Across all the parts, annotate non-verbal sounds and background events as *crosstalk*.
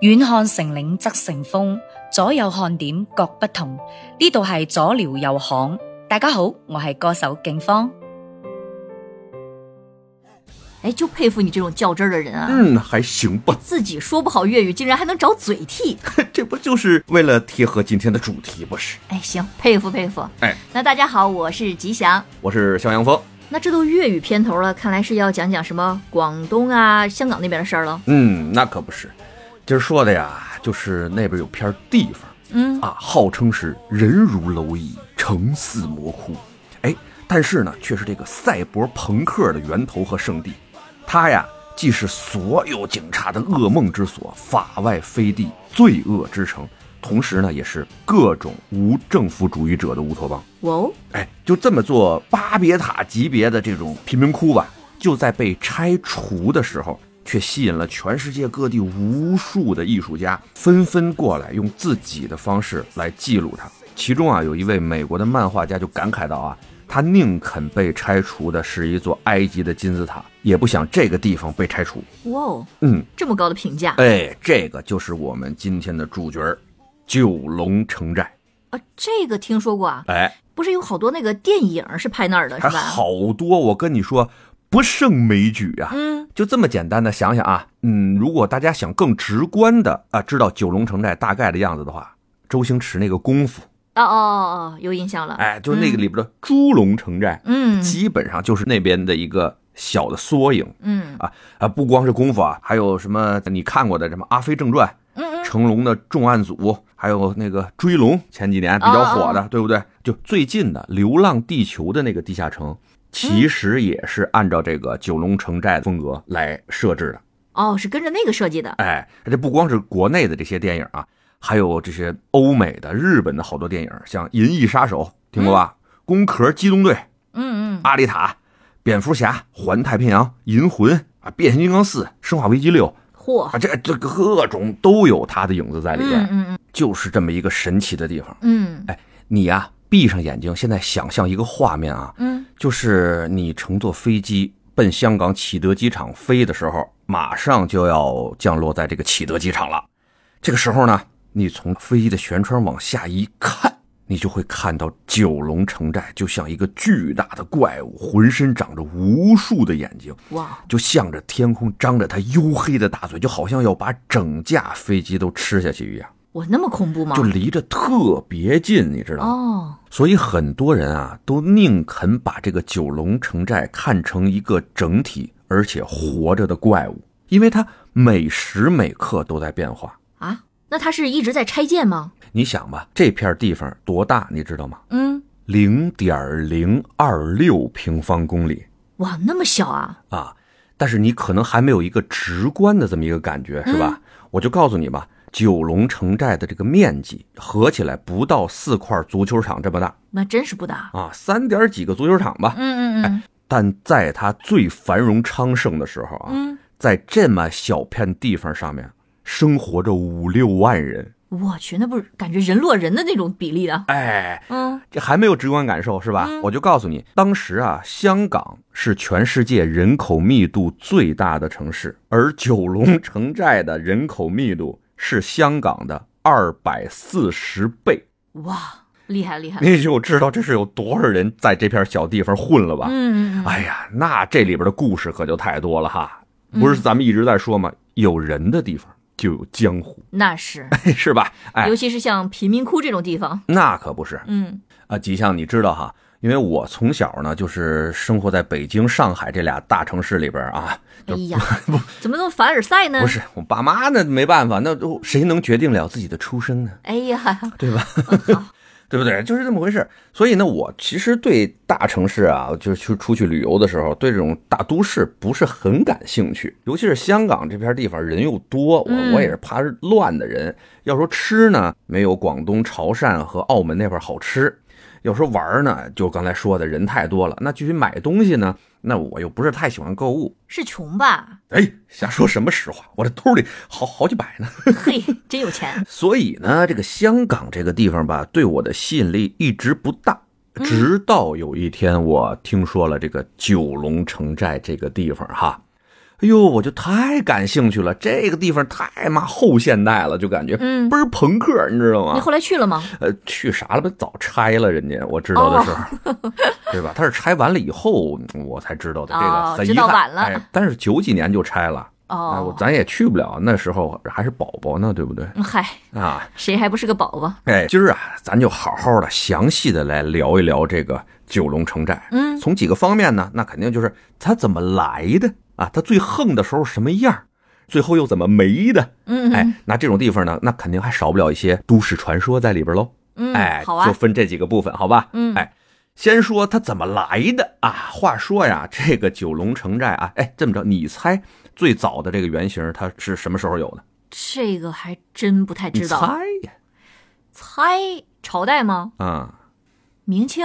遠看成嶺側成峰，左右看點各不同。呢度係左聊右行，大家好，我係歌手景芳。哎，就佩服你这种较真儿的人啊！嗯，还行吧， *laughs* 自己说不好粤语，竟然还能找嘴替。这不就是为了贴合今天的主题不是？哎，行，佩服佩服。哎，那大家好，我是吉祥。我是肖阳峰。那这都粤语片头了，看来是要讲讲什么广东啊、香港那边的事儿了。嗯，那可不是，今儿说的呀，就是那边有片地方，嗯啊，号称是人如蝼蚁，城似魔窟。哎，但是呢，却是这个赛博朋克的源头和圣地。它呀，既是所有警察的噩梦之所，法外飞地、罪恶之城，同时呢，也是各种无政府主义者的乌托邦。哇哦，哎，就这么做巴别塔级别的这种贫民窟吧，就在被拆除的时候，却吸引了全世界各地无数的艺术家纷纷过来，用自己的方式来记录它。其中啊，有一位美国的漫画家就感慨到啊，他宁肯被拆除的是一座埃及的金字塔，也不想这个地方被拆除。哇哦，嗯，这么高的评价哎，这个就是我们今天的主角儿九龙城寨。啊！这个听说过啊，哎，不是有好多那个电影是拍那儿的，还是吧？好多，我跟你说不胜枚举啊。嗯，就这么简单的想想啊，嗯，如果大家想更直观的啊知道九龙城寨大概的样子的话，周星驰那个功夫，哦哦哦，哦有印象了。哎，就是那个里边的猪龙城寨，嗯基本上就是那边的一个小的缩影嗯啊啊，不光是功夫啊，还有什么你看过的什么《阿飞正传》。嗯嗯，成龙的《重案组》，还有那个《追龙》，前几年比较火哦的，对不对？就最近的《流浪地球》的那个地下城，其嗯实也是按照这个九龙城寨的风格来设置的。哦，是跟着那个设计的。哎，这不光是国内的这些电影啊，还有这些欧美的、日本的好多电影，像《银翼杀手》，听过嗯吧？攻壳机动队》、《嗯嗯，阿丽塔》、《蝙蝠侠》、《环太平洋》、《银魂》啊，《变形金刚四》、《生化危机六》嚯啊，，这这各种都有它的影子在里边。嗯嗯嗯就是这么一个神奇的地方。嗯你呀、闭上眼睛，现在想象一个画面啊，嗯，就是你乘坐飞机奔香港启德机场飞的时候，马上就要降落在这个启德机场了。这个时候呢，你从飞机的舷窗往下一看，你就会看到九龙城寨就像一个巨大的怪物，浑身长着无数的眼睛，哇，就向着天空张着它黝黑的大嘴，就好像要把整架飞机都吃下去一样。我那么恐怖吗就？离着特别近，你知道吗？啊哦。所以很多人啊，都宁肯把这个九龙城寨看成一个整体，而且活着的怪物，因为它每时每刻都在变化。啊，那它是一直在拆建吗？你想吧，这片地方多大，你知道吗？嗯，零点零二六平方公里哇，那么小啊！啊！但是你可能还没有一个直观的这么一个感觉，是吧？我就告诉你吧，九龙城寨的这个面积合起来不到四块足球场这么大。那真是不大。啊，三点儿几个足球场吧。哎嗯嗯嗯但在它最繁荣昌盛的时候啊，嗯，在这么小片地方上面生活着五六万人，我去，那不是感觉人落人的那种比例啊的？哎，嗯，这还没有直观感受是吧？我就告诉你，当时啊，香港是全世界人口密度最大的城市，而九龙城寨的人口密度是香港的二百四十倍，哇，厉害厉害。你就知道这是有多少人在这片小地方混了吧？嗯嗯嗯，哎呀，那这里边的故事可就太多了哈！不是咱们一直在说吗？有人的地方就有江湖，那是，是吧？哎尤，其是像贫民窟这种地方。那可不是嗯啊！吉祥，你知道哈？因为我从小呢，就是生活在北京、上海这俩大城市里边啊。哎呀，怎么那么凡尔赛呢？不，是我爸妈那没办法，那都谁能决定了自己的出生呢？哎呀，对吧？对不对？就是这么回事儿。所以呢，我其实对大城市啊，就是去出去旅游的时候，对这种大都市不是很感兴趣。尤其是香港这片地方人又多，我嗯我也是怕乱的人。要说吃呢，没有广东潮汕和澳门那边好吃；要说玩儿呢，就刚才说的人太多了。那至于买东西呢，那我又不是太喜欢购物。是穷吧？哎，瞎说什么实话，我这兜里好好几百呢。嘿，真有 *laughs* 钱。所以呢，这个香港这个地方吧，对我的吸引力一直不大。嗯直到有一天，我听说了这个九龙城寨这个地方哈，哎呦，我就太感兴趣了，这个地方太嘛后现代了，就感觉嗯倍儿朋克，你知道你吗？后来去了吗？呃，去啥了？不早拆了，人家我知道的时候，哦 *laughs* *laughs* 对吧？他是拆完了以后，嗯我才知道的。这个哦很知遗道憾，晚了哎，但是九几年就拆了，啊，我哦，咱也去不了，那时候还是宝宝呢，对不对？嗯嗨，啊，谁还不是个宝宝？哎，今儿啊，咱就好好的、详细的来聊一聊这个九龙城寨。嗯从几个方面呢，那肯定就是它怎么来的啊，它最横的时候什么样儿，最后又怎么没的。嗯哎嗯，那这种地方呢，那肯定还少不了一些都市传说在里边喽。嗯，哎，好啊就，分这几个部分，好吧？嗯哎，先说它怎么来的啊。话说呀，这个九龙城寨啊，哎，这么着，你猜最早的这个原型它是什么时候有的？这个还真不太你知道。猜呀？猜朝代吗？啊、明清？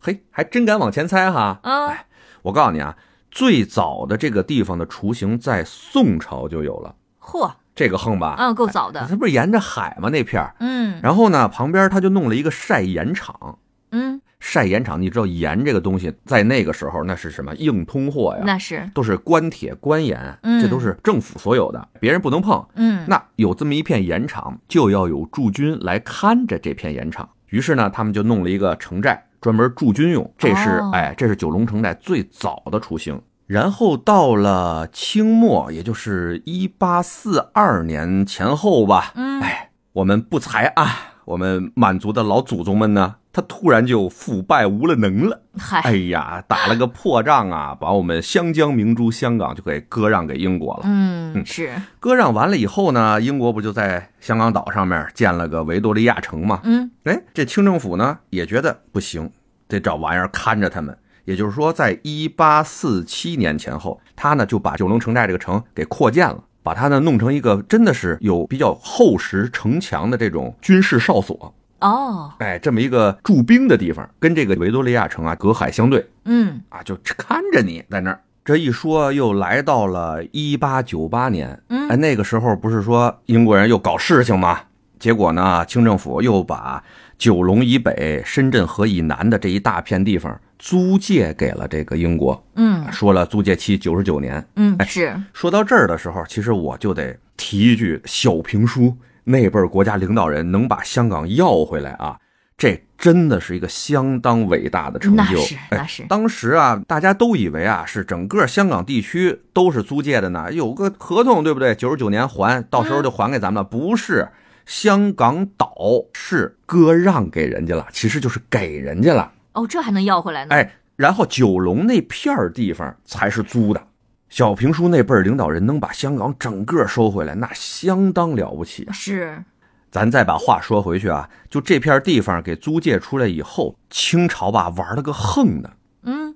嘿，还真敢往前猜哈。嗯哎，我告诉你啊，最早的这个地方的雏形在宋朝就有了，嚯，啊这个横吧，嗯，够早的。它不是沿着海吗？那片儿，嗯然后呢，旁边他就弄了一个晒盐场。嗯，晒盐场，你知道盐这个东西在那个时候那是什么硬通货呀？嗯那是。都是官铁官盐，嗯这都是政府所有的，别人不能碰。嗯，那有这么一片盐场，就要有驻军来看着这片盐场。于是呢，他们就弄了一个城寨，专门驻军用。这是、哦哎，这是九龙城寨最早的雏形。然后到了清末，也就是一八四二年前后吧，嗯哎，我们不才啊，我们满族的老祖宗们呢，他突然就腐败无了能了。哎嗨，呀，打了个破仗啊，把我们湘江明珠香港就给割让给英国了。嗯是，割让完了以后呢，英国不就在香港岛上面建了个维多利亚城吗？嗯哎，这清政府呢也觉得不行，得找玩意儿看着他们。也就是说，在一八四七年前后，他呢就把九龙城寨这个城给扩建了，把它呢弄成一个真的是有比较厚实城墙的这种军事哨所，哦，哎，这么一个驻兵的地方，跟这个维多利亚城啊隔海相对。嗯啊，就看着你在那儿。这一说又来到了一八九八年，嗯哎，那个时候不是说英国人又搞事情吗？结果呢，清政府又把九龙以北、深圳河以南的这一大片地方租借给了这个英国，嗯说了租借期九十九年。嗯是，说到这儿的时候，其实我就得提一句小评书，那辈儿国家领导人能把香港要回来啊，这真的是一个相当伟大的成就。那是哎那是。当时啊，大家都以为啊是整个香港地区都是租借的呢，有个合同对不对？九十九年还，到时候就还给咱们了。不是，香港岛是割让给人家了，其实就是给人家了。哦，这还能要回来呢？哎，然后九龙那片儿地方才是租的。小平叔那辈儿领导人能把香港整个收回来，那相当了不起啊！是，咱再把话说回去啊，就这片地方给租借出来以后，清朝吧玩了个横的，嗯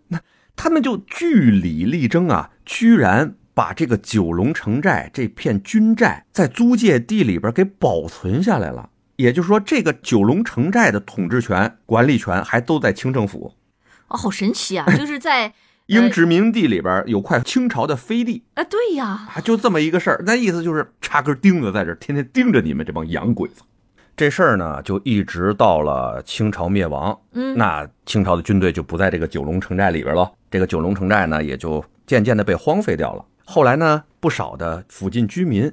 他们就据理力争啊，居然把这个九龙城寨这片军寨在租界地里边给保存下来了。也就是说，这个九龙城寨的统治权、管理权还都在清政府。哦，好神奇 *laughs* 啊！就是在英殖民地里边有块清朝的飞地啊，对呀，啊，就这么一个事儿。那意思就是插根钉子在这儿，天天盯着你们这帮洋鬼子。这事儿呢，就一直到了清朝灭亡，嗯那清朝的军队就不在这个九龙城寨里边了，这个九龙城寨呢也就渐渐的被荒废掉了。后来呢，不少的附近居民，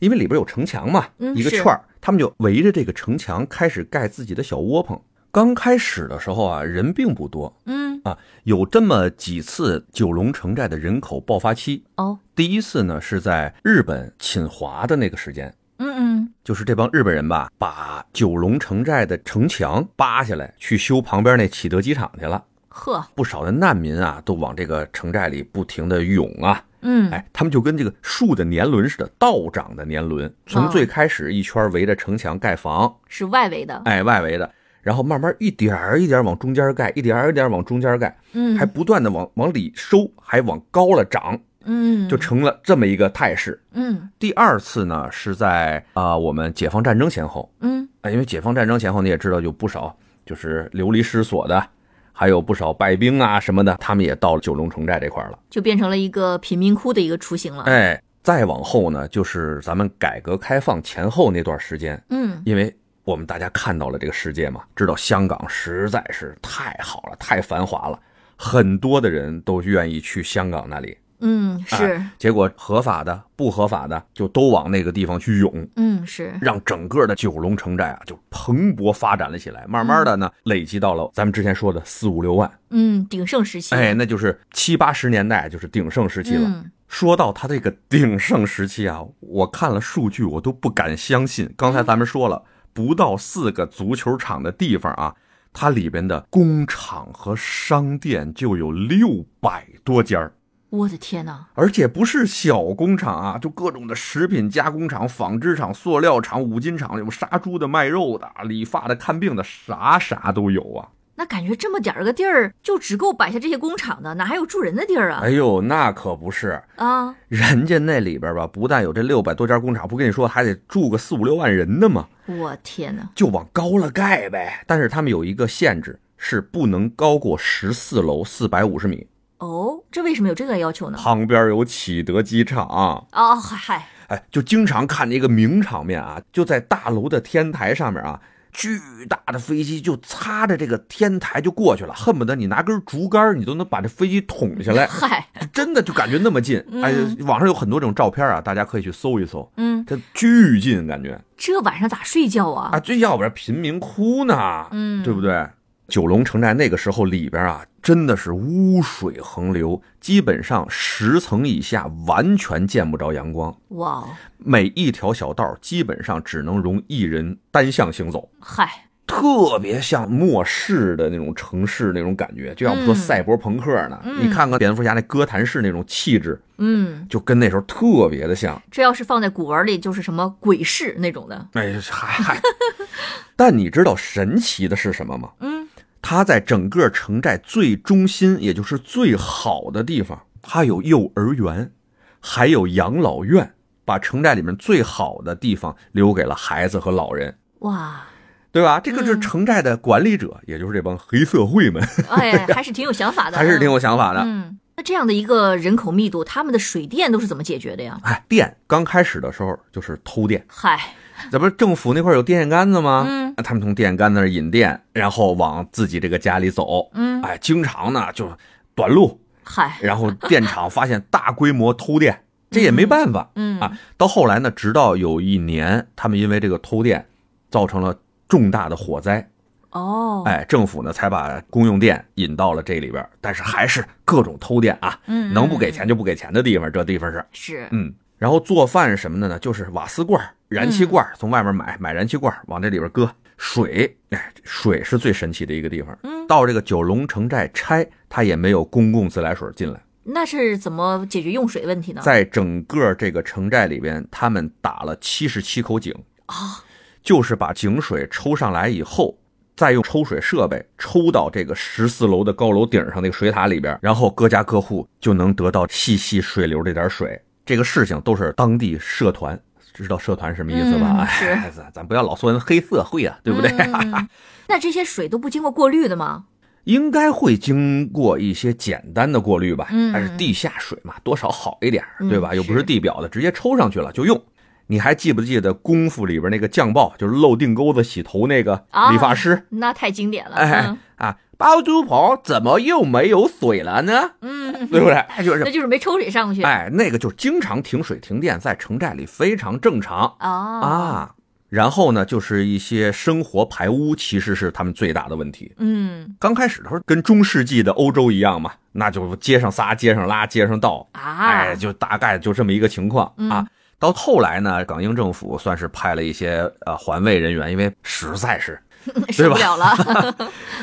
因为里边有城墙嘛，嗯一个是圈儿，他们就围着这个城墙开始盖自己的小窝棚。刚开始的时候啊，人并不多嗯啊，有这么几次九龙城寨的人口爆发期。哦第一次呢是在日本侵华的那个时间，嗯嗯就是这帮日本人吧，把九龙城寨的城墙扒下来，去修旁边那启德机场去了。呵不少的难民啊，都往这个城寨里不停的涌啊，嗯哎，他们就跟这个树的年轮似的，倒长的年轮，从哦最开始一圈围着城墙盖房，是外围的，哎，外围的，然后慢慢一点儿一点儿往中间盖，一点儿一点儿往中间盖，嗯还不断的往往里收，还往高了长，嗯就成了这么一个态势。嗯第二次呢，是在啊、我们解放战争前后，嗯啊，因为解放战争前后，你也知道，有不少就是流离失所的，还有不少败兵啊什么的，他们也到了九龙城寨这块儿了。就变成了一个贫民窟的一个雏形了。哎，再往后呢，就是咱们改革开放前后那段时间，嗯因为我们大家看到了这个世界嘛，知道香港实在是太好了，太繁华了，很多的人都愿意去香港那里。嗯，哎是，结果合法的、不合法的就都往那个地方去涌，嗯，是，让整个的九龙城寨啊就蓬勃发展了起来。慢慢的呢，累积到了咱们之前说的四五六万，嗯，鼎盛时期，哎，那就是七八十年代就是鼎盛时期了。嗯，说到它这个鼎盛时期啊，我看了数据，我都不敢相信。刚才咱们说了，不到四个足球场的地方啊，它里边的工厂和商店就有六百多家儿我的天哪，而且不是小工厂啊，就各种的食品加工厂、纺织厂、塑料厂、五金厂，有杀猪的、卖肉的、理发的、看病的，啥啥都有啊！那感觉这么点儿个地儿就只够摆下这些工厂的，哪还有住人的地儿啊？哎呦，那可不是，啊，人家那里边吧，不但有这六百多家工厂，不跟你说还得住个四五六万人呢嘛，我天哪，就往高了盖呗。但是他们有一个限制，是不能高过十四楼四百五十米。哦，这为什么有这个要求呢？旁边有启德机场，哦，嗨嗨，哎，就经常看见一个名场面啊，就在大楼的天台上面啊，巨大的飞机就擦着这个天台就过去了，恨不得你拿根竹竿你都能把这飞机捅 *laughs* 下来，嗨，真的就感觉那么近。哎嗯，网上有很多这种照片啊，大家可以去搜一搜，嗯，它巨近感觉这晚上咋睡觉啊？啊，这要不然贫民窟呢，嗯，对不？对？九龙城寨那个时候里边啊，真的是污水横流，基本上十层以下完全见不着阳光。哇哦，每一条小道基本上只能容一人单向行走，嗨，特别像末世的那种城市那种感觉，就像我们说嗯赛博朋克呢。嗯你看看蝙蝠侠那哥谭市那种气质，嗯，就跟那时候特别的像。这要是放在古文里，就是什么鬼市那种的。哎，嗨嗨！ *laughs* 但你知道神奇的是什么吗？嗯，它在整个城寨最中心，也就是最好的地方，它有幼儿园，还有养老院，把城寨里面最好的地方留给了孩子和老人。哇，对吧？这个就是嗯城寨的管理者，也就是这帮黑社会们，哎，还是挺有想法的， *laughs* 还是挺有想法的。嗯，那这样的一个人口密度，他们的水电都是怎么解决的呀？哎，电刚开始的时候就是偷电，嗨，咱们政府那块儿有电线杆子吗？嗯他们从电线杆子那儿引电，然后往自己这个家里走。嗯，哎，经常呢就短路，嗨，然后电厂发现大规模偷电，这也没办法。嗯啊，到后来呢，直到有一年，他们因为这个偷电，造成了重大的火灾，哦，哎，政府呢才把公用电引到了这里边儿，但是还是各种偷电啊，嗯，嗯能不给钱就不给钱的地方，这地方是，是，嗯。然后做饭什么的呢，就是瓦斯罐儿、燃嗯气罐儿，从外面买，买燃气罐儿往这里边搁水，哎，水是最神奇的一个地方。嗯到这个九龙城寨拆，它也没有公共自来水进来，那是怎么解决用水问题呢？在整个这个城寨里边，他们打了七十七口井，啊，就是把井水抽上来以后，再用抽水设备抽到这个十四楼的高楼顶上那个水塔里边，然后各家各户就能得到细细水流这点水。这个事情都是当地社团。知道社团什么意思吧？嗯是哎，咱咱不要老说人黑社会啊，对不对？嗯 *laughs* 那这些水都不经过过滤的吗？应该会经过一些简单的过滤吧，嗯但是地下水嘛，多少好一点儿，嗯对吧？又不是是地表的，直接抽上去了就用。你还记不记得《功夫》里边那个酱爆，就是露腚沟子洗头那个啊嗯理发师？那太经典了，哎啊，包租婆怎么又没有水了呢？嗯，嗯，对不对？哎就那是，就是没抽水上去，哎，那个就是经常停水停电，在城寨里非常正常啊啊。然后呢，就是一些生活排污，其实是他们最大的问题。嗯刚开始的时候，跟中世纪的欧洲一样嘛，那就街上撒，街上拉，街上倒，啊，*laughs* 哎，就大概就这么一个情况嗯啊。到后来呢，港英政府算是派了一些呃环卫人员，因为实在是受不了 *laughs* 了，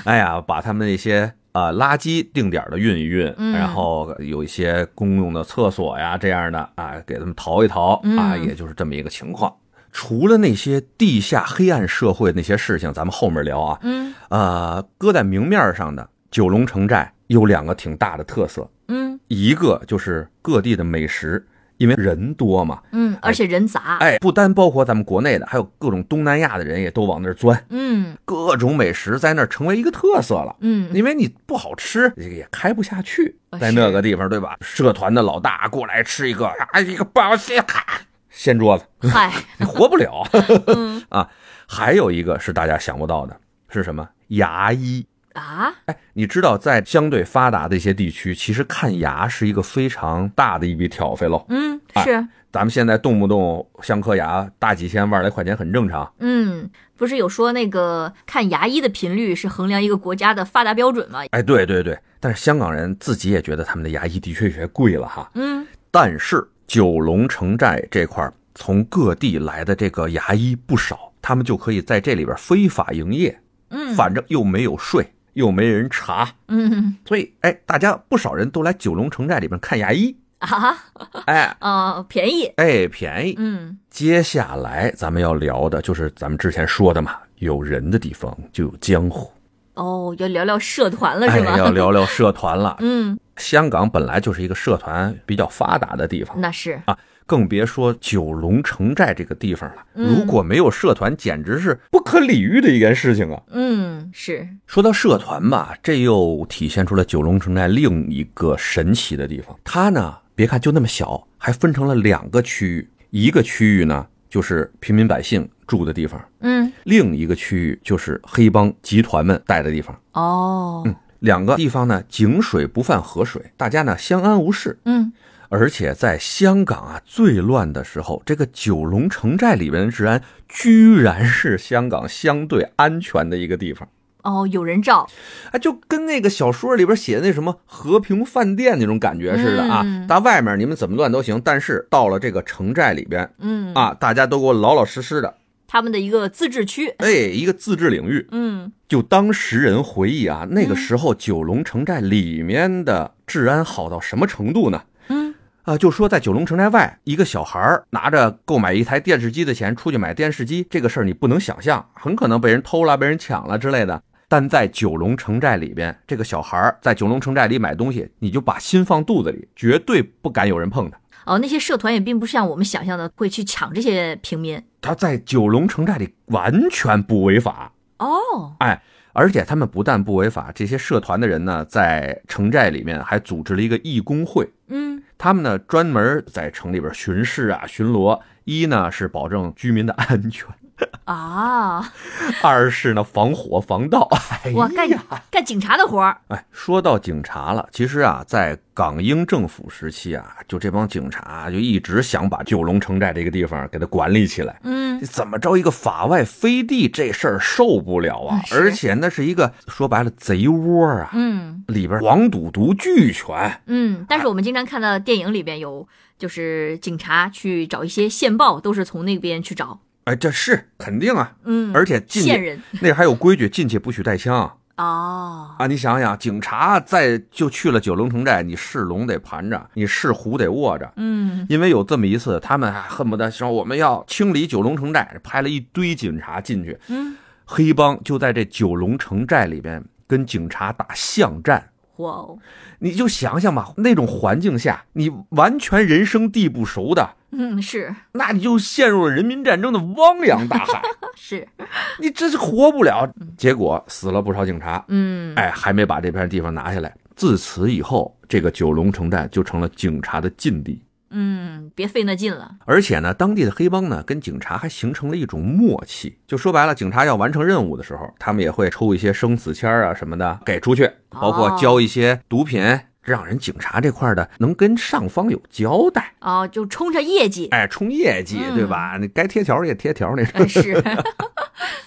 哎呀，把他们那些呃垃圾定点的运一运，嗯然后有一些公用的厕所呀这样的啊，给他们淘一淘啊，嗯也就是这么一个情况。除了那些地下黑暗社会那些事情，咱们后面聊啊。嗯呃，搁在明面上的九龙城寨有两个挺大的特色，嗯一个就是各地的美食，因为人多嘛，嗯，而且人杂，哎，不单包括咱们国内的，还有各种东南亚的人也都往那儿钻，嗯各种美食在那儿成为一个特色了。嗯，因为你不好吃，这个也开不下去啊，在是那个地方，对吧？社团的老大过来吃一个，啊，一个包子，咔，掀桌 *laughs* 子，嗨，你活不了嗯 *laughs* 啊！还有一个是大家想不到的，是什么？牙医。啊，你知道，在相对发达的一些地区，其实看牙是一个非常大的一笔挑费喽。嗯，哎是，咱们现在动不动镶颗牙大几千、万来块钱很正常。嗯，不是有说那个看牙医的频率是衡量一个国家的发达标准吗？哎，对对对，但是香港人自己也觉得他们的牙医的确有些贵了哈。嗯，但是九龙城寨这块儿，从各地来的这个牙医不少，他们就可以在这里边非法营业，嗯，反正又没有税，又没人查，嗯所以哎，大家不少人都来九龙城寨里边看牙医，啊，哎哦，便宜，哎便宜。嗯接下来咱们要聊的就是咱们之前说的嘛，有人的地方就有江湖，哦，要聊聊社团了哎是吗？，要聊聊社团了。 *laughs* 嗯，香港本来就是一个社团比较发达的地方，那是，更别说九龙城寨这个地方了。嗯如果没有社团，简直是不可理喻的一件事情啊！嗯是，说到社团吧，这又体现出了九龙城寨另一个神奇的地方。它呢，别看就那么小，还分成了两个区域，一个区域呢就是平民百姓住的地方，嗯另一个区域就是黑帮集团们待的地方。哦，嗯两个地方呢，井水不犯河水，大家呢相安无事。嗯而且在香港啊最乱的时候，这个九龙城寨里面的治安居然是香港相对安全的一个地方，哦，有人照，啊，就跟那个小说里边写的那什么和平饭店那种感觉似的啊嗯。到外面你们怎么乱都行，但是到了这个城寨里边嗯，啊，大家都给我老老实实的，他们的一个自治区，哎，一个自治领域。嗯就当时人回忆啊，那个嗯时候九龙城寨里面的治安好到什么程度呢？嗯啊，就说在九龙城寨外，一个小孩儿拿着购买一台电视机的钱出去买电视机，这个事儿你不能想象，很可能被人偷了、被人抢了之类的。但在九龙城寨里边，这个小孩儿在九龙城寨里买东西，你就把心放肚子里，绝对不敢有人碰他。哦，那些社团也并不像我们想象的会去抢这些平民，他在九龙城寨里完全不违法，哦，而且他们不但不违法，这些社团的人呢，在城寨里面还组织了一个义工会，嗯他们呢专门在城里边巡视啊、巡逻。一呢是保证居民的安 *laughs* 全，啊，二是呢防火防盗。哎哇，干呀，干警察的活儿，哎，说到警察了，其实啊，在港英政府时期啊，就这帮警察就一直想把九龙城寨这个地方给它管理起来。嗯怎么着一个法外飞地这事儿受不了啊嗯！是而且那是一个说白了贼窝啊，嗯。里边黄赌毒俱全。嗯，但是我们经常看到电影里边有，就是警察去找一些线报，都是从那边去找。哎，这是肯定啊！嗯，而且进线去人 *laughs* 那还有规矩，进去不许带枪哦，啊！你想想，警察在就去了九龙城寨，你是龙得盘着，你是虎得握着。嗯因为有这么一次，他们还恨不得说我们要清理九龙城寨，派了一堆警察进去，嗯，黑帮就在这九龙城寨里边跟警察打巷战。哇哦，你就想想吧，那种环境下，你完全人生地不熟的，嗯是那你就陷入了人民战争的汪洋大海，是，你这是活不了。结果死了不少警察，嗯哎，还没把这片地方拿下来。自此以后，这个九龙城寨就成了警察的禁地。嗯，别费那劲了。而且呢，当地的黑帮呢跟警察还形成了一种默契，就说白了，警察要完成任务的时候，他们也会抽一些生死签儿啊什么的给出去，包括哦交一些毒品，让人警察这块儿的能跟上方有交代，哦，就冲着业绩，哎，冲业绩嗯对吧？你该贴条儿也贴条儿那种。哎是， *laughs*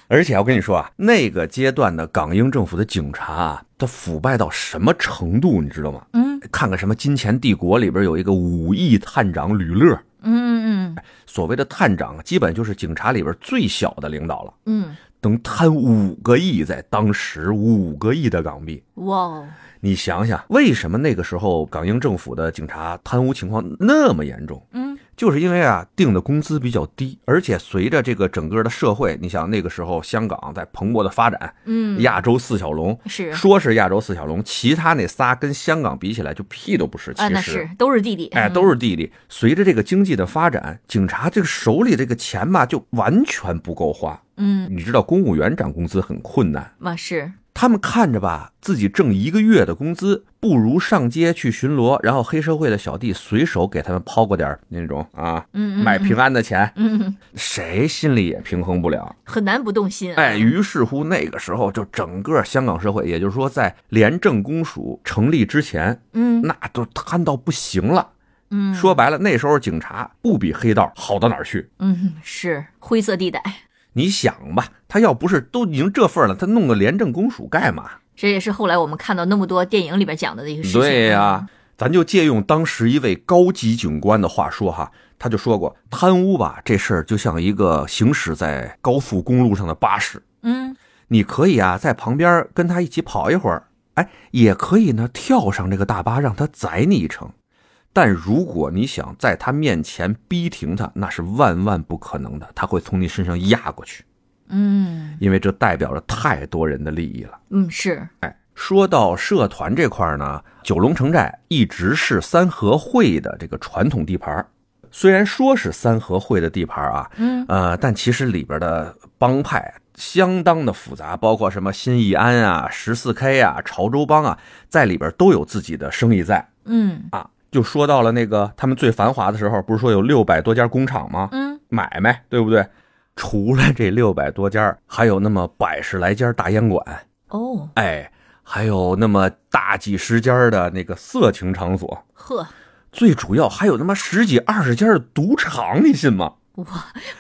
而且我跟你说啊，那个阶段的港英政府的警察啊，他腐败到什么程度，你知道吗？嗯看看什么《金钱帝国》里边有一个武义探长吕乐，嗯嗯所谓的探长，基本就是警察里边最小的领导了，嗯，能贪五个亿，在当时五个亿的港币。哇哦，你想想，为什么那个时候港英政府的警察贪污情况那么严重？嗯就是因为啊，定的工资比较低，而且随着这个整个的社会，你想那个时候香港在蓬勃的发展，嗯亚洲四小龙，是说是亚洲四小龙，其他那仨跟香港比起来就屁都不是。其啊实，那是都是弟弟，哎，嗯都是弟弟。随着这个经济的发展，警察这个手里这个钱吧，就完全不够花。嗯你知道，公务员涨工资很困难，嘛是他们看着吧，自己挣一个月的工资，不如上街去巡逻，然后黑社会的小弟随手给他们抛过点儿那种啊，嗯，嗯买平，安的钱，嗯，嗯谁心里也平衡不了。很难不动心啊。哎，于是乎那个时候就整个香港社会，也就是说在廉政公署成立之前，嗯那都贪到不行了。嗯，说白了，那时候警察不比黑道好到哪儿去。嗯是灰色地带，你想吧，他要不是都已经这份儿了，他弄个廉政公署干嘛？这也是后来我们看到那么多电影里边讲的一个事情。对呀、咱就借用当时一位高级警官的话说哈，他就说过，贪污吧这事儿就像一个行驶在高速公路上的巴士，嗯，你可以啊在旁边跟他一起跑一会儿，哎，也可以呢跳上这个大巴让他载你一程。但如果你想在他面前逼停他，那是万万不可能的，他会从你身上压过去，嗯因为这代表着太多人的利益了。嗯是，哎，说到社团这块儿呢，九龙城寨一直是三合会的这个传统地盘儿。虽然说是三合会的地盘儿啊，嗯呃，但其实里边的帮派相当的复杂，包括什么新义安啊、十四 K 啊、潮州帮啊，在里边都有自己的生意在嗯啊。就说到了那个他们最繁华的时候，不是说有六百多家工厂吗？嗯买卖对不对？除了这六百多家儿，还有那么百十来家儿大烟馆。哦哎，还有那么大几十家儿的那个色情场所，呵，最主要还有他妈十几二十家儿的赌场，你信吗？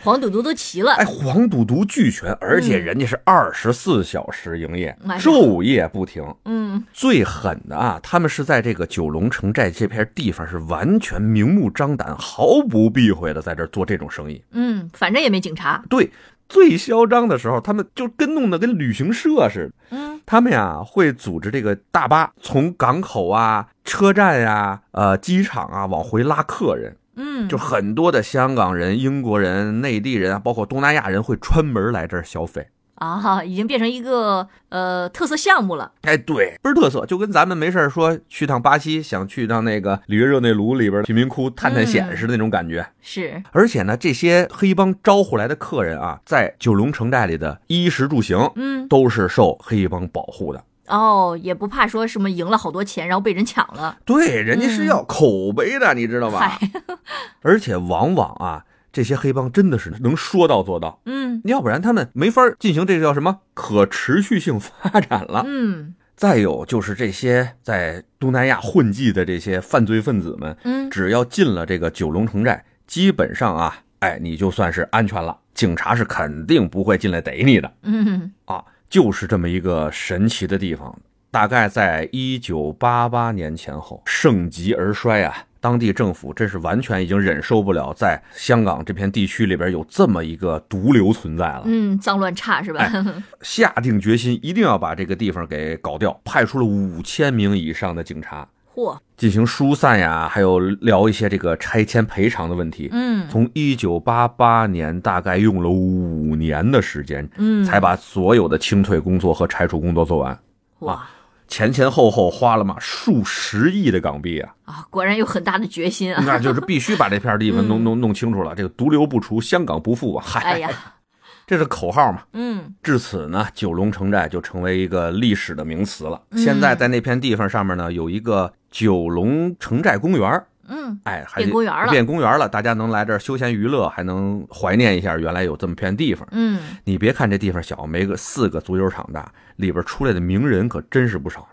黄赌毒都齐了。哎，黄赌毒俱全，而且啊嗯哎人家是二十四小时营业，妈呀昼夜不停。嗯最狠的啊，他们是在这个九龙城寨这片地方是完全明目张胆、毫不避讳的在这儿做这种生意。嗯，反正也没警察。对，最嚣张的时候，他们就跟弄得跟旅行社似的。嗯他们呀会组织这个大巴从港口啊、车站呀、呃机场啊往回拉客人，嗯，就很多的香港人、英国人、内地人啊，包括东南亚人会专门来这儿消费。啊，已经变成一个呃特色项目了。哎，对，倍儿特色，就跟咱们没事儿说去趟巴西，想去趟那个里约热内卢里边的贫民窟探探险嗯似的那种感觉。是，而且呢，这些黑帮招呼来的客人啊，在九龙城寨里的衣食住行嗯都是受黑帮保护的。哦，也不怕说什么赢了好多钱，然后被人抢了。对，人家是要口碑的，你知道吧嗯嗨？， *laughs* 而且往往啊，这些黑帮真的是能说到做到，嗯要不然他们没法进行这个叫什么可持续性发展了。嗯再有就是这些在东南亚混迹的这些犯罪分子们，嗯只要进了这个九龙城寨，基本上啊，哎，你就算是安全了，警察是肯定不会进来逮你的嗯啊。就是这么一个神奇的地方。大概在一九八八年前后，盛极而衰啊！当地政府真是完全已经忍受不了，在香港这片地区里边有这么一个毒瘤存在了，嗯，脏乱差是吧？哎下定决心一定要把这个地方给搞掉，派出了五千名以上的警察 *laughs* 嚯，进行疏散呀，还有聊一些这个拆迁赔偿的问题。嗯从一九八八年大概用了五年的时间，嗯，才把所有的清退工作和拆除工作做完。哇啊前前后后花了嘛数十亿的 *laughs* 港币啊，啊，果然有很大的决心啊！那就是必须把这片地方弄嗯弄弄清楚了。这个毒瘤不除，香港不复啊！嗨， *laughs* 哎呀，这是口号嘛。嗯至此呢，九龙城寨就成为一个历史的名词了。嗯现在在那片地方上面呢，有一个九龙城寨公园儿，嗯哎，还变公园了变公园了，大家能来这儿休闲娱乐，还能怀念一下原来有这么片地方。嗯，你别看这地方小，没个四个足球场大，里边出来的名人可真是不少。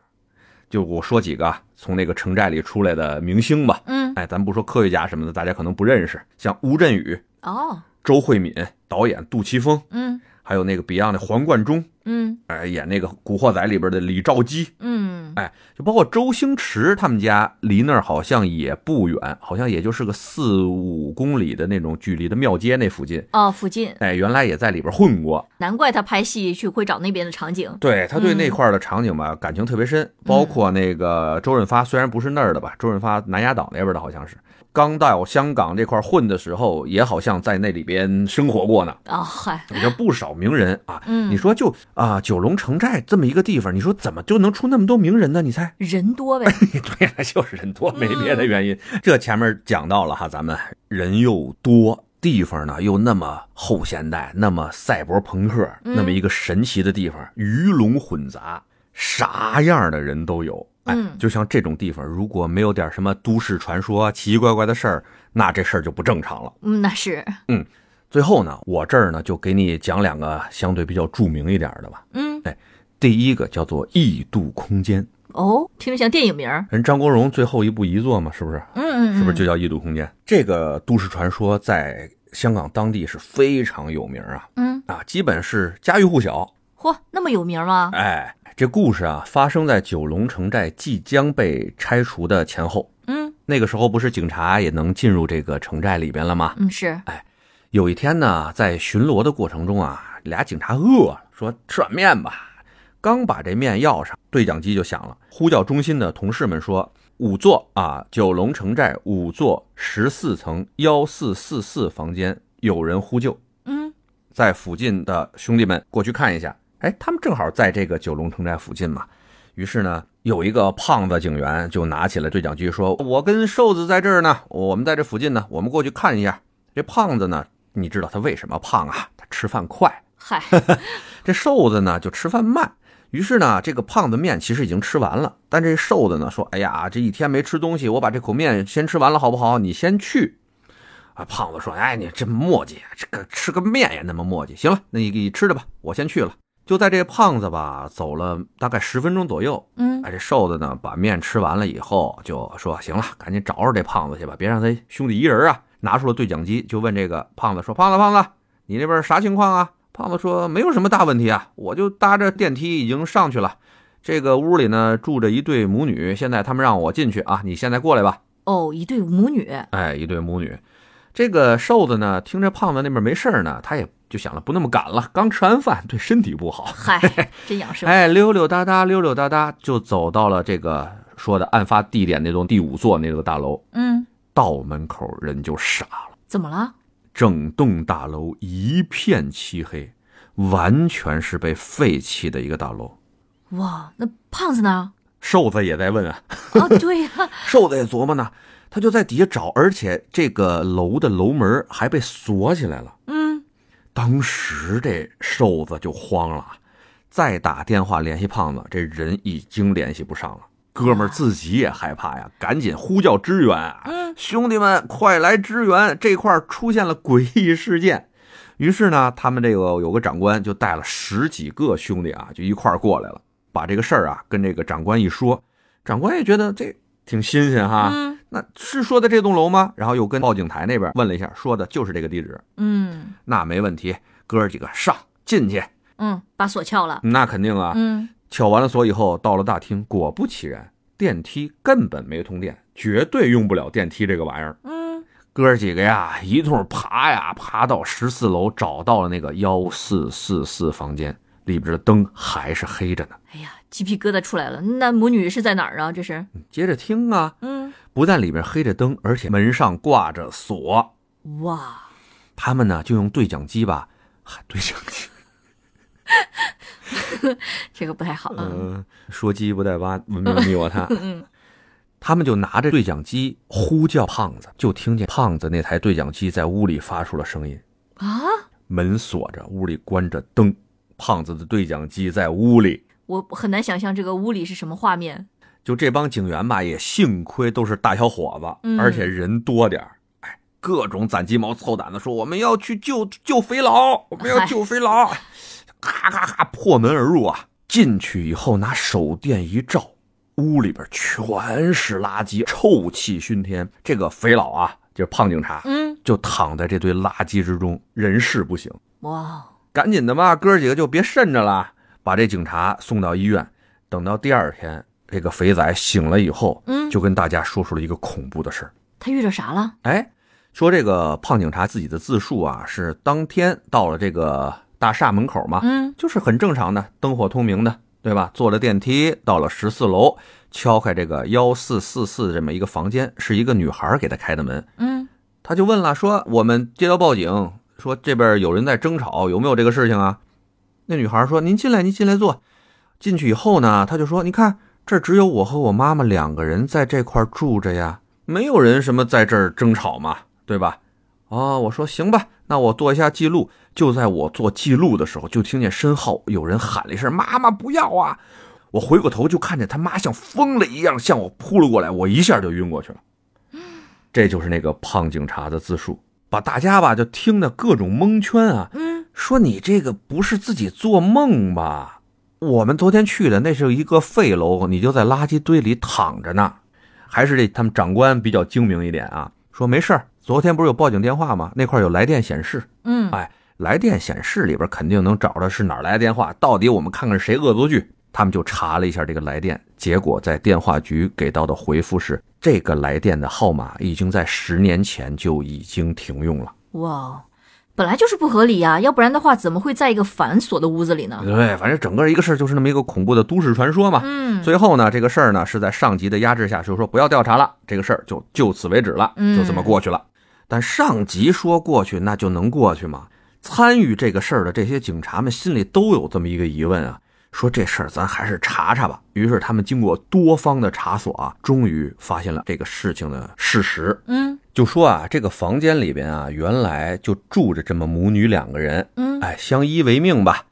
就我说几个啊从那个城寨里出来的明星吧，嗯哎，咱不说科学家什么的，大家可能不认识，像吴镇宇、哦，周慧敏导演杜琪峰，嗯还有那个 Beyond 的黄贯中，嗯哎，演那个《古惑仔》里边的李兆基，嗯哎，就包括周星驰他们家离那儿好像也不远，好像也就是个四五公里的那种距离的庙街那附近，哦，附近，哎，原来也在里边混过，难怪他拍戏去会找那边的场景。对他对嗯那块儿的场景吧、感情特别深，包括那个周润发，虽然不是那儿的吧，周润发南丫岛那边的好像是，刚到香港这块儿混的时候，也好像在那里边生活过呢。哦，嗨，你说不少名人啊，嗯你说就啊、九龙城寨这么一个地方，你说怎么就能出那么多名人呢？你猜？人多呗。 *laughs* 对了，就是人多，没别嗯的原因。这前面讲到了哈，咱们人又多，地方呢又那么后现代，那么赛博朋克，嗯那么一个神奇的地方，鱼龙混杂。啥样的人都有。哎嗯，就像这种地方，如果没有点什么都市传说、啊奇奇怪怪的事儿，那这事儿就不正常了。嗯，那是，最后呢，我这儿呢就给你讲两个相对比较著名一点的吧。嗯，第一个叫做《异度空间》，哦，听着像电影名儿，人张国荣最后一部遗作嘛，是不是？嗯嗯，是不是就嗯叫《异度空间》？这个都市传说在香港当地是非常有名啊嗯，啊，基本是家喻户晓。嚯，那么有名儿吗？哎，这故事啊发生在九龙城寨即将被拆除的前后。嗯那个时候不是警察也能进入这个城寨里边了吗？嗯是，有一天呢，在巡逻的过程中啊，俩警察饿了，说吃碗面吧。刚把这面要上，对讲机就响了，呼叫中心的同事们说：“五座啊，九龙城寨五座十四层幺四四四房间有人呼救，嗯在附近的兄弟们过去看一下。”哎，他们正好在这个九龙城寨附近嘛。于是呢，有一个胖子警员就拿起了对讲机说：“我跟瘦子在这儿呢，我们在这附近呢，我们过去看一下。”这胖子呢，你知道他为什么胖啊？他吃饭快。嗨，这瘦子呢，就吃饭慢。于是呢，这个胖子面其实已经吃完了，但这瘦子呢说：“哎呀，这一天没吃东西，我把这口面先吃完了，好不好？你先去。”啊，胖子说：“哎，你这磨叽，这个吃个面也那么磨叽。行了，那你你吃着吧，我先去了。”就在这胖子吧走了大概十分钟左右，嗯哎，这瘦子呢，把面吃完了以后，就说：“行了，赶紧找找这胖子去吧，别让他兄弟一人啊！”拿出了对讲机，就问这个胖子说：“胖子，胖子，你那边啥情况啊？”胖子说：“没有什么大问题啊，我就搭着电梯已经上去了。这个屋里呢住着一对母女，现在他们让我进去啊，你现在过来吧。”哦，一对母女，哎，一对母女。这个瘦子呢，听着胖子那边没事儿呢，他也就想了，不那么赶了，刚吃完饭，对身体不好。嗨，真养生，哎，溜溜达达，溜溜达达，就走到了这个说的案发地点那栋第五座那个大楼。嗯，到门口人就傻了，怎么了？整栋大楼一片漆黑，完全是被废弃的一个大楼。哇，那胖子 *laughs* 呢？瘦子也在问啊， *laughs* 啊，对呀、瘦子也琢磨呢，他就在底下找，而且这个楼的楼门还被锁起来了。嗯，当时这瘦子就慌了，再打电话联系胖子，这人已经联系不上了。哥们儿自己也害怕呀，赶紧呼叫支援啊！兄弟们，快来支援！这块儿出现了诡异事件。于是呢，他们这个有个长官就带了十几个兄弟啊，就一块儿过来了，把这个事儿啊跟这个长官一说，长官也觉得这挺新鲜哈。嗯那是说的这栋楼吗？然后又跟报警台那边问了一下，说的就是这个地址。嗯那没问题，哥儿几个上进去，嗯，把锁撬了，那肯定啊。嗯，撬完了锁以后，到了大厅，果不其然，电梯根本没通电，绝对用不了电梯这个玩意儿。嗯，哥儿几个呀，一通爬呀，爬到十四楼，找到了那个幺四四四房间，里边的灯还是黑着呢。哎呀，鸡皮疙瘩出来了。那母女是在哪儿啊？这是，接着听啊，嗯，不但里边黑着灯，而且门上挂着锁。嗯哇，他们呢，就用对讲机吧，还对讲机。这个不太好啊。嗯，说鸡不带挖，文明你我他。嗯他们就拿着对讲机呼叫胖子，就听见胖子那台对讲机在屋里发出了声音，啊，门锁着，屋里关着灯，胖子的对讲机在屋里。我很难想象这个屋里是什么画面。就这帮警员吧，也幸亏都是大小伙子，嗯而且人多点儿，哎，各种攒鸡毛凑胆的说我们要去救救肥佬，我们要嗨救 *laughs* 肥佬，咔咔咔破门而入啊！进去以后拿手电一照，屋里边全是垃圾，臭气熏天。这个肥佬啊，就是胖警察，嗯，就躺在这堆垃圾之中，人事不省。哇，哦赶紧的吧，哥几个就别慎着了，把这警察送到医院。等到第二天，这个肥仔醒了以后，嗯就跟大家说出了一个恐怖的事儿。他遇着啥了？哎，说这个胖警察自己的自述啊，是当天到了这个大厦门口嘛，嗯就是很正常的，灯火通明的，对吧？坐了电梯到了十四楼，敲开这个幺四四四这么一个房间，是一个女孩给他开的门。嗯他就问了，说我们接到报警，说这边有人在争吵，有没有这个事情啊？那女孩说：“您进来，您进来坐。”进去以后呢，他就说：“你看，这儿只有我和我妈妈两个人在这块儿住着呀，没有人什么在这儿争吵嘛，对吧？”哦，我说行吧，那我做一下记录。就在我做记录的时候，就听见身后有人喊了一声：“妈妈，不要啊！”我回过头就看见他妈像疯了一样向我扑了过来，我一下就晕过去了。这就是那个胖警察的自述，把大家吧就听得各种蒙圈啊，嗯，说你这个不是自己做梦吧？我们昨天去的那是一个废楼，你就在垃圾堆里躺着呢。还是这他们长官比较精明一点啊，说没事儿，昨天不是有报警电话吗？那块儿有来电显示，嗯哎，来电显示里边肯定能找着是哪儿来的电话，到底我们看看谁恶作剧。他们就查了一下这个来电，结果在电话局给到的回复是，这个来电的号码已经在十年前就已经停用了。哇，哦本来就是不合理呀、要不然的话怎么会在一个反锁的屋子里呢？对，反正整个一个事儿就是那么一个恐怖的都市传说嘛。嗯最后呢，这个事儿呢是在上级的压制下，就是说不要调查了，这个事儿就就此为止了，嗯就这么过去了。但上级说过去，那就能过去吗？参与这个事儿的这些警察们心里都有这么一个疑问啊，说这事儿咱还是查查吧。于是他们经过多方的查索啊，终于发现了这个事情的事实。嗯就说啊，这个房间里边啊，原来就住着这么母女两个人，嗯哎，相依为命吧。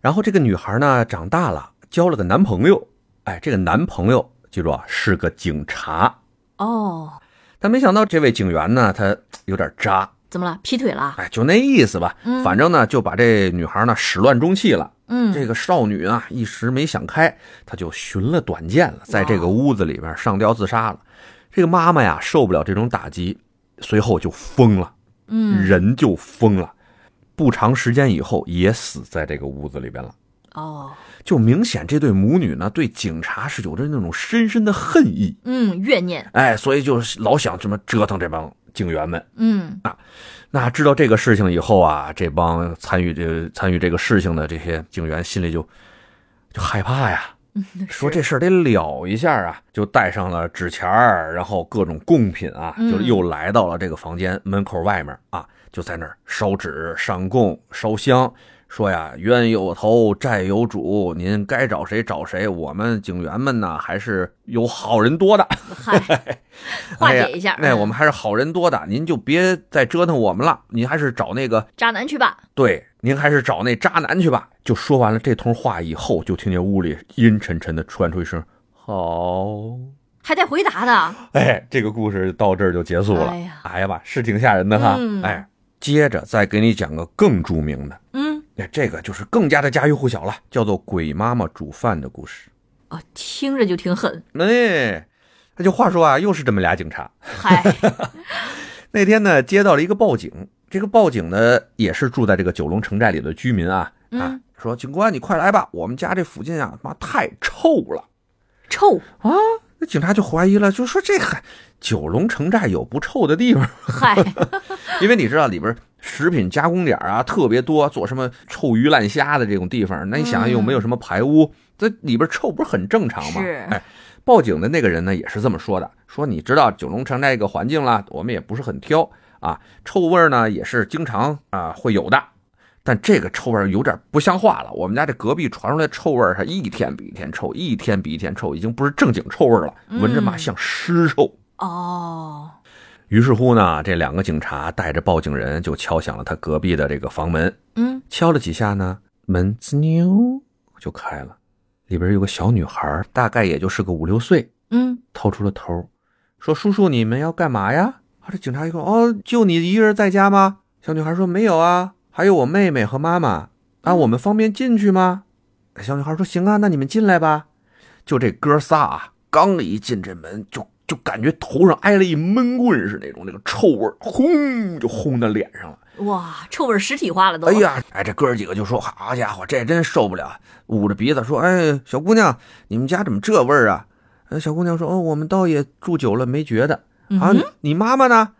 然后这个女孩呢，长大了，交了个男朋友，哎，这个男朋友记住啊，是个警察。哦，但没想到这位警员呢，他嘖有点渣，怎么了？劈腿了？哎，就那意思吧嗯。反正呢，就把这女孩呢始乱终弃了。嗯这个少女啊，一时没想开，她就寻了短见了，在哦这个屋子里边上吊自杀了。这个妈妈呀，受不了这种打击，随后就疯了。嗯人就疯了。不长时间以后，也死在这个屋子里边了。哦就明显这对母女呢，对警察是有着那种深深的恨意，嗯怨念哎，所以就是老想这么折腾这帮警员们。嗯那知道这个事情以后啊，这帮参与这参与这个事情的这些警员心里就就害怕呀，说这事儿得了一下啊，就带上了纸钱儿，然后各种贡品啊，嗯就又来到了这个房间门口外面啊，就在那儿烧纸、上供、烧香，说呀冤有头债有主，您该找谁找谁，我们警员们呢还是有好人多的。 *laughs* 嗨化哎呀解一下。哎，我嗯们还是好人多的，您就别再折腾我们了，您还是找那个渣男去吧。对，您还是找那渣男去吧。就说完了这通话以后，就听见屋里阴沉沉的传出一声“好还带回答的，”。哎，这个故事到这儿就结束了。哎呀吧，是挺吓人的哈。嗯哎，接着再给你讲个更著名的，嗯，那这个就是更加的家喻户晓了，叫做“鬼妈妈煮饭”的故事。哦，听着就挺狠，哎，那就话说啊，又是这么俩警察。嗨，那天呢，接到了一个报警，这个报警呢也是住在这个九龙城寨里的居民啊，啊嗯，说警官你快来吧，我们家这附近啊，妈太臭了。臭，那警察就怀疑了，就说这还九龙城寨有不臭的地方，嗨，因为你知道里边食品加工点啊特别多，做什么臭鱼烂虾的这种地方，那你想想嗯又没有什么排污，这里边臭不是很正常吗？是哎，报警的那个人呢也是这么说的，说你知道九龙城寨这个环境啦，我们也不是很挑啊，臭味儿呢也是经常啊会有的。但这个臭味儿有点不像话了，我们家这隔壁传出来臭味儿，它一天比一天臭，一天比一天臭，已经不是正经臭味儿了，闻着嘛嗯像尸臭。哦，于是乎呢，这两个警察带着报警人就敲响了他隔壁的这个房门，嗯，敲了几下呢，门吱扭就开了，里边有个小女孩，大概也就是个五六岁，嗯，掏出了头，说：“叔叔，你们要干嘛呀？”啊，这警察一看，哦，就你一个人在家吗？小女孩说：“没有啊，还有我妹妹和妈妈。啊，我们方便进去吗？”小女孩说：“行啊，那你们进来吧。”就这哥仨啊，刚一进这门，就就感觉头上挨了一闷棍似的那种，那个臭味儿轰就轰到脸上了。哇，臭味儿实体化了都，哎，呀，哎，这哥儿几个就说：“好家伙，这真受不了！”捂着鼻子说：“哎，小姑娘，你们家怎么这味儿啊？”呃，小姑娘说：“哦，我们倒也住久了，没觉得。”啊，嗯，你妈妈呢？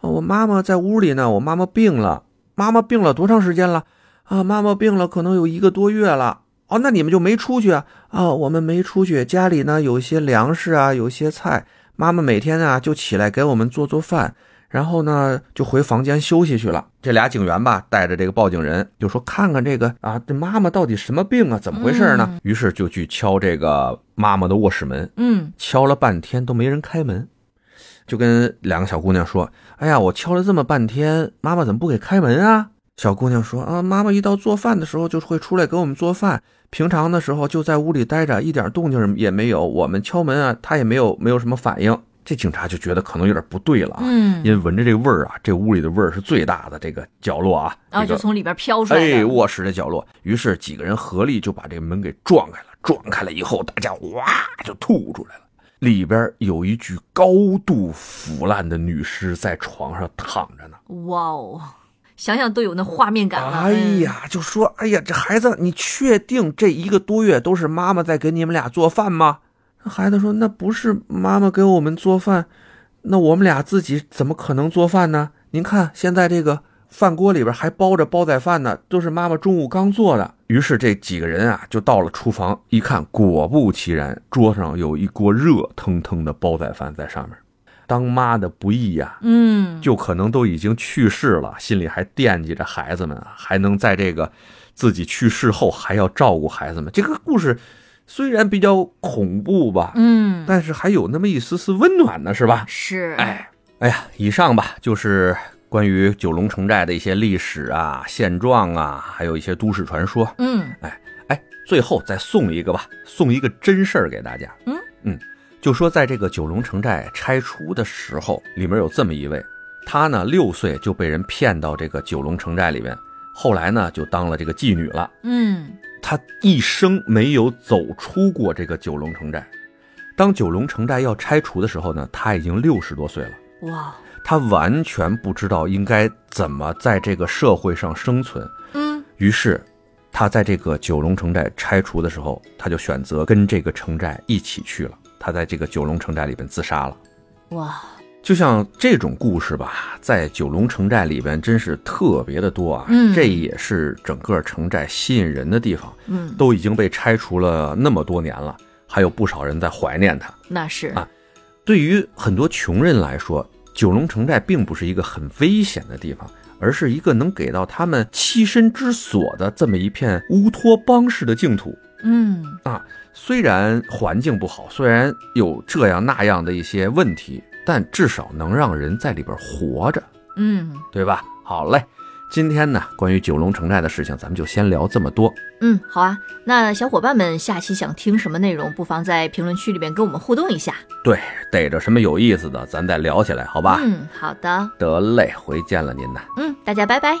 哦我妈妈在屋里呢，我妈妈病了。妈妈病了多长时间了？啊，妈妈病了可能有一个多月了。哦，那你们就没出去啊？啊，我们没出去，家里呢有一些粮食啊，有一些菜。妈妈每天啊就起来给我们做做饭，然后呢就回房间休息去了。这俩警员吧，带着这个报警人就说看看这个啊，这妈妈到底什么病啊？怎么回事呢？于是就去敲这个妈妈的卧室门。嗯，敲了半天都没人开门，就跟两个小姑娘说：“哎呀，我敲了这么半天，妈妈怎么不给开门啊？”小姑娘说：“啊，妈妈一到做饭的时候就会出来给我们做饭，平常的时候就在屋里待着，一点动静也没有。我们敲门啊，她也没有没有什么反应。”这警察就觉得可能有点不对了啊，嗯，因为闻着这个味儿啊，这屋里的味儿是最大的这个角落啊，然后这哦就个从里边飘出来哎，的，卧室的角落。于是几个人合力就把这门给撞开了。撞开了以后，大家哇就吐出来了。里边有一具高度腐烂的女尸在床上躺着呢。哇哦，想想都有那画面感嗯了。哎呀，就说哎呀，这孩子，你确定这一个多月都是妈妈在给你们俩做饭吗？那孩子说，那不是妈妈给我们做饭，那我们俩自己怎么可能做饭呢？您看现在这个饭锅里边还包着煲仔饭呢，都是妈妈中午刚做的。于是这几个人啊，就到了厨房，一看，果不其然，桌上有一锅热腾腾的煲仔饭在上面。当妈的不易呀、嗯，嗯，就可能都已经去世了，心里还惦记着孩子们啊，还能在这个自己去世后还要照顾孩子们。这个故事虽然比较恐怖吧，嗯，但是还有那么一丝丝温暖呢，是吧？是，哎，哎呀，以上吧，就是关于九龙城寨的一些历史啊、现状啊，还有一些都市传说。嗯，哎，最后再送一个吧，送一个真事儿给大家。嗯嗯，就说在这个九龙城寨拆除的时候，里面有这么一位，他呢六岁就被人骗到这个九龙城寨里面，后来呢就当了这个妓女了。嗯，他一生没有走出过这个九龙城寨。当九龙城寨要拆除的时候呢，他已经六十多岁了。哇，他完全不知道应该怎么在这个社会上生存，嗯，于是，他在这个九龙城寨拆除的时候，他就选择跟这个城寨一起去了。他在这个九龙城寨里边自杀了。哇，就像这种故事吧，在九龙城寨里边真是特别的多啊。嗯这也是整个城寨吸引人的地方，嗯，都已经被拆除了那么多年了，还有不少人在怀念它。那是，啊对于很多穷人来说，九龙城寨并不是一个很危险的地方，而是一个能给到他们栖身之所的这么一片乌托邦式的净土。嗯，虽然环境不好，虽然有这样那样的一些问题，但至少能让人在里边活着，嗯，对吧？好嘞，今天呢，关于九龙城寨的事情，咱们就先聊这么多。嗯，好啊。那小伙伴们下期想听什么内容，不妨在评论区里面跟我们互动一下。对，逮着什么有嗯意思的，咱再聊起来，好吧？嗯，好的，得嘞，回见了您呐。嗯，大家拜拜。